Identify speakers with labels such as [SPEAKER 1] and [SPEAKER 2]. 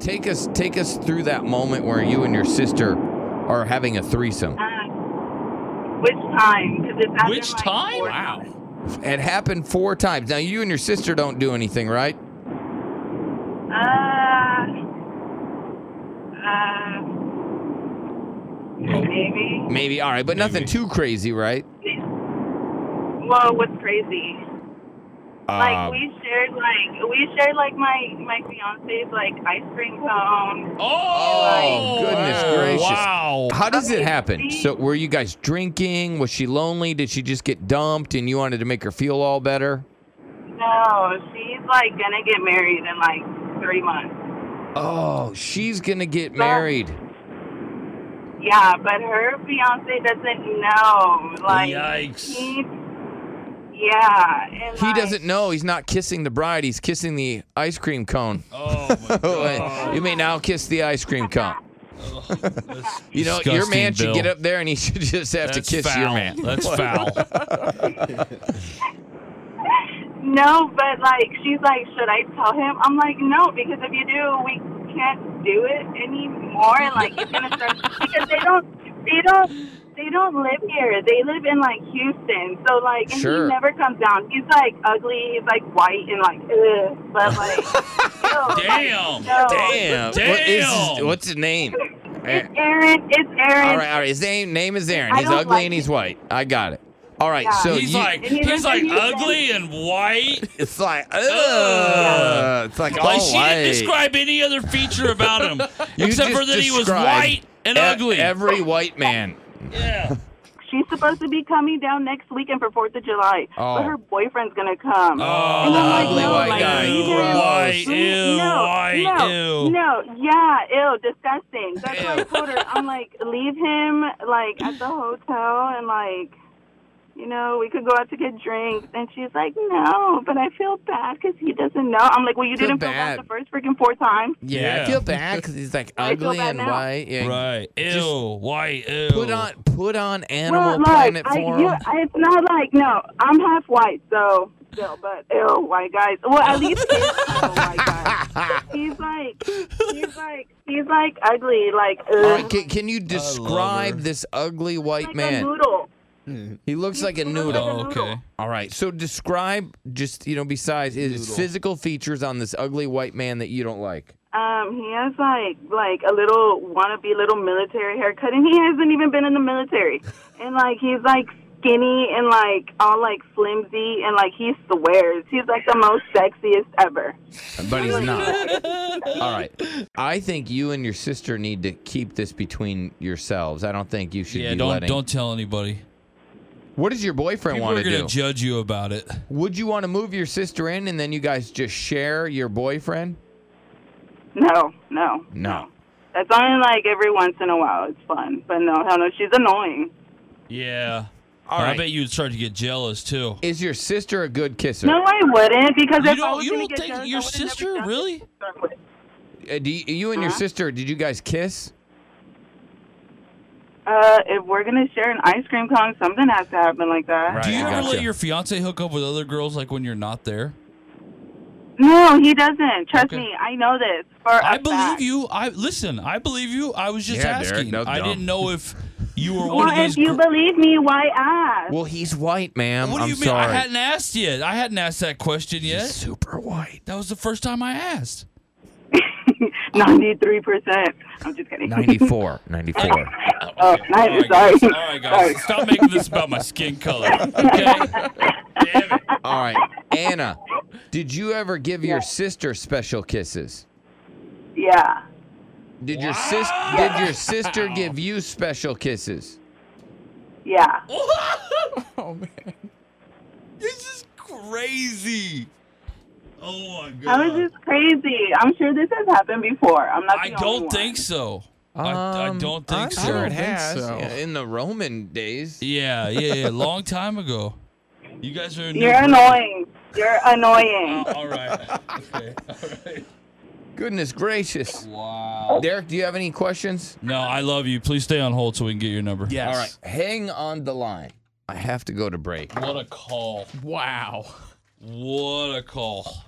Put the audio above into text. [SPEAKER 1] take us take us through that moment where you and your sister are having a threesome.
[SPEAKER 2] Uh, Which time? 'Cause it's happened,
[SPEAKER 3] Which
[SPEAKER 2] like,
[SPEAKER 3] time?
[SPEAKER 2] four
[SPEAKER 3] Wow.
[SPEAKER 2] times.
[SPEAKER 1] It happened four times. Now you and your sister don't do anything, right?
[SPEAKER 2] Uh, uh, maybe.
[SPEAKER 1] Maybe all right, but nothing
[SPEAKER 3] Maybe.
[SPEAKER 1] too crazy, right?
[SPEAKER 2] Whoa, what's crazy?
[SPEAKER 1] Uh,
[SPEAKER 2] Like we shared like we shared like my my fiance's like ice cream cone.
[SPEAKER 3] Oh,
[SPEAKER 1] Oh, goodness
[SPEAKER 3] wow.
[SPEAKER 1] gracious.
[SPEAKER 3] Wow.
[SPEAKER 1] How does it
[SPEAKER 2] Okay,
[SPEAKER 1] happen?
[SPEAKER 2] see?
[SPEAKER 1] So were you guys drinking? Was she lonely? Did she just get dumped and you wanted to make her feel all better?
[SPEAKER 2] No, she's like gonna get married in like three months.
[SPEAKER 1] Oh, she's going to get
[SPEAKER 2] Well-
[SPEAKER 1] married.
[SPEAKER 2] Yeah, but her fiance doesn't know. Like
[SPEAKER 3] Yikes.
[SPEAKER 2] he, yeah, and
[SPEAKER 1] He
[SPEAKER 2] like,
[SPEAKER 1] doesn't know. He's not kissing the bride. He's kissing the ice cream cone.
[SPEAKER 3] Oh, my
[SPEAKER 1] Oh,
[SPEAKER 3] God.
[SPEAKER 1] you may now kiss the ice cream cone.
[SPEAKER 3] That's
[SPEAKER 1] You know, your man
[SPEAKER 3] disgusting,
[SPEAKER 1] should get
[SPEAKER 3] Bill.
[SPEAKER 1] up there and he should just have
[SPEAKER 3] That's
[SPEAKER 1] to kiss
[SPEAKER 3] foul.
[SPEAKER 1] your man.
[SPEAKER 3] That's foul.
[SPEAKER 2] No, but like she's like, should I tell him? I'm like, no, because if you do, we can't do it anymore. And like it's gonna start because they don't, they don't, they don't live here. They live in like Houston, so like and
[SPEAKER 1] Sure.
[SPEAKER 2] he never comes down. He's like ugly. He's like white and like ugh. But like, ew,
[SPEAKER 3] Damn.
[SPEAKER 2] no.
[SPEAKER 1] Damn. What is his,
[SPEAKER 3] Oh, Damn.
[SPEAKER 1] what's his name?
[SPEAKER 2] It's
[SPEAKER 1] Eh,
[SPEAKER 2] Aaron. It's Aaron.
[SPEAKER 1] All right, all right. His name name is Aaron.
[SPEAKER 2] I
[SPEAKER 1] He's
[SPEAKER 2] don't
[SPEAKER 1] ugly
[SPEAKER 2] like
[SPEAKER 1] and he's
[SPEAKER 2] it.
[SPEAKER 1] white. I got it. All right.
[SPEAKER 2] Yeah.
[SPEAKER 1] So
[SPEAKER 3] He's
[SPEAKER 1] you-
[SPEAKER 3] like
[SPEAKER 2] And he's
[SPEAKER 3] he's like
[SPEAKER 2] like-
[SPEAKER 3] ugly and white.
[SPEAKER 1] it's like
[SPEAKER 3] Ugh.
[SPEAKER 1] ugh. It's like
[SPEAKER 3] Like
[SPEAKER 1] all
[SPEAKER 3] she
[SPEAKER 1] white.
[SPEAKER 3] didn't describe any other feature about him
[SPEAKER 1] You
[SPEAKER 3] except
[SPEAKER 1] just
[SPEAKER 3] for that he was
[SPEAKER 1] described
[SPEAKER 3] white and
[SPEAKER 1] e-
[SPEAKER 3] ugly.
[SPEAKER 1] Every white man.
[SPEAKER 3] yeah.
[SPEAKER 2] She's supposed to be coming down next weekend for Fourth of July,
[SPEAKER 1] Oh.
[SPEAKER 2] but her boyfriend's gonna come. And
[SPEAKER 3] Oh,
[SPEAKER 2] I'm like,
[SPEAKER 1] ugly
[SPEAKER 2] no,
[SPEAKER 1] white
[SPEAKER 2] like,
[SPEAKER 1] guy.
[SPEAKER 2] you guys-
[SPEAKER 3] White,
[SPEAKER 2] Mm,
[SPEAKER 3] ew,
[SPEAKER 2] no,
[SPEAKER 3] white,
[SPEAKER 2] no,
[SPEAKER 3] ew.
[SPEAKER 2] No, yeah, ew, disgusting. That's why I told her, I'm like, leave him, like, at the hotel and, like, you know, we could go out to get drinks. And she's like, no, but I feel bad because he doesn't know. I'm like, well, you
[SPEAKER 1] Feel
[SPEAKER 2] didn't feel
[SPEAKER 1] bad.
[SPEAKER 2] bad the first freaking four times.
[SPEAKER 1] Yeah,
[SPEAKER 3] Yeah.
[SPEAKER 1] I feel bad because he's like
[SPEAKER 2] I feel
[SPEAKER 1] ugly
[SPEAKER 2] bad
[SPEAKER 1] and
[SPEAKER 2] now.
[SPEAKER 1] white. Yeah.
[SPEAKER 3] Right. Ew. white. Ew. Oh,
[SPEAKER 1] Put on put on Animal
[SPEAKER 2] Well, like,
[SPEAKER 1] Planet
[SPEAKER 2] I,
[SPEAKER 1] for
[SPEAKER 2] you,
[SPEAKER 1] him.
[SPEAKER 2] I- it's not like, no, I'm half white, so still, but ew, white guys. Well, at least he's a white guy. He's like, he's like, he's like ugly, like, ugh,
[SPEAKER 1] All right, can, can you
[SPEAKER 3] her.
[SPEAKER 1] describe this ugly white
[SPEAKER 2] like a
[SPEAKER 1] man?
[SPEAKER 2] noodle.
[SPEAKER 1] He looks like a
[SPEAKER 2] looks like a
[SPEAKER 1] noodle.
[SPEAKER 2] noodle.
[SPEAKER 3] Oh, okay.
[SPEAKER 1] All right, so describe just you know besides his physical features on this ugly white man that you don't like.
[SPEAKER 2] Um, he has like like a little wannabe little military haircut, and he hasn't even been in the military. And like he's like skinny and like all like flimsy, and like he swears he's like the most sexiest ever.
[SPEAKER 1] But he's not. All right. I think you and your sister need to keep this between yourselves. I don't think you should
[SPEAKER 3] Yeah.
[SPEAKER 1] be
[SPEAKER 3] Don't
[SPEAKER 1] letting.
[SPEAKER 3] don't tell anybody.
[SPEAKER 1] What does your boyfriend
[SPEAKER 3] People
[SPEAKER 1] want
[SPEAKER 3] are
[SPEAKER 1] to
[SPEAKER 3] gonna
[SPEAKER 1] do?
[SPEAKER 3] judge you about it.
[SPEAKER 1] Would you want to move your sister in and then you guys just share your boyfriend?
[SPEAKER 2] No, no,
[SPEAKER 1] No.
[SPEAKER 2] That's only like every once in a while. It's fun, but no, hell no, she's annoying.
[SPEAKER 3] Yeah.
[SPEAKER 1] All
[SPEAKER 3] I
[SPEAKER 1] right.
[SPEAKER 3] bet you'd start to get jealous too.
[SPEAKER 1] Is your sister a good kisser?
[SPEAKER 2] No, I wouldn't because if
[SPEAKER 3] You
[SPEAKER 2] I
[SPEAKER 3] don't,
[SPEAKER 2] was
[SPEAKER 3] you
[SPEAKER 2] gonna
[SPEAKER 3] don't
[SPEAKER 2] get
[SPEAKER 3] think
[SPEAKER 2] jealous, I
[SPEAKER 3] your
[SPEAKER 2] would've never
[SPEAKER 3] sister
[SPEAKER 2] done it
[SPEAKER 3] really?
[SPEAKER 2] to start with.
[SPEAKER 1] Uh, do you, you and your
[SPEAKER 2] Huh?
[SPEAKER 1] sister, did you guys kiss?
[SPEAKER 2] Uh, if we're gonna share an ice cream cone, something has to happen like that.
[SPEAKER 1] Right.
[SPEAKER 3] Do you
[SPEAKER 1] I
[SPEAKER 3] ever
[SPEAKER 1] gotcha.
[SPEAKER 3] let your fiance hook up with other girls like when you're not there?
[SPEAKER 2] No, he doesn't. Trust
[SPEAKER 3] Okay.
[SPEAKER 2] me, I know this. For a
[SPEAKER 3] I believe
[SPEAKER 2] fact.
[SPEAKER 3] you. I listen. I believe you. I was just
[SPEAKER 1] Yeah, Derek,
[SPEAKER 3] asking.
[SPEAKER 1] no
[SPEAKER 3] I
[SPEAKER 1] dumb.
[SPEAKER 3] didn't know if you were one
[SPEAKER 2] Well,
[SPEAKER 3] of those.
[SPEAKER 2] if you
[SPEAKER 3] gr-
[SPEAKER 2] believe me, why ask?
[SPEAKER 1] Well, he's white, ma'am.
[SPEAKER 3] what do
[SPEAKER 1] I'm
[SPEAKER 3] you mean?
[SPEAKER 1] sorry.
[SPEAKER 3] I hadn't asked yet. I hadn't asked that question
[SPEAKER 1] He's
[SPEAKER 3] yet.
[SPEAKER 1] super white.
[SPEAKER 3] That was the first time I asked.
[SPEAKER 2] Ninety-three percent. I'm just kidding.
[SPEAKER 1] 94. 94.
[SPEAKER 2] oh,
[SPEAKER 3] All
[SPEAKER 2] ninety. Sorry.
[SPEAKER 3] right, guys. All right, guys.
[SPEAKER 2] Sorry.
[SPEAKER 3] Stop making this about my skin color. Okay. Damn it.
[SPEAKER 1] All right. Anna, did you ever give your sister special kisses?
[SPEAKER 2] Yeah.
[SPEAKER 1] Did your sis did your sister give you special kisses?
[SPEAKER 2] Yeah.
[SPEAKER 3] oh man, this is crazy. Oh my god.
[SPEAKER 2] How is this crazy? I'm sure this has happened before. I'm not.
[SPEAKER 3] I
[SPEAKER 2] the only
[SPEAKER 3] don't
[SPEAKER 2] one.
[SPEAKER 3] think so. I, I
[SPEAKER 1] Um,
[SPEAKER 3] don't
[SPEAKER 1] I'm
[SPEAKER 3] think so.
[SPEAKER 1] Sure, it
[SPEAKER 4] think
[SPEAKER 1] has.
[SPEAKER 4] so.
[SPEAKER 1] Yeah, in the Roman days.
[SPEAKER 3] Yeah, yeah, yeah. Long time ago. You guys are. a new
[SPEAKER 2] You're
[SPEAKER 3] breed.
[SPEAKER 2] annoying. You're annoying.
[SPEAKER 3] Oh, all right. Okay. All right.
[SPEAKER 1] Goodness gracious.
[SPEAKER 3] Wow.
[SPEAKER 1] Derek, do you have any questions?
[SPEAKER 3] No, I love you. Please stay on hold so we can get your number.
[SPEAKER 4] Yes.
[SPEAKER 1] All right. Hang on the line. I have to go to break.
[SPEAKER 3] What a call.
[SPEAKER 4] Wow.
[SPEAKER 3] What a call.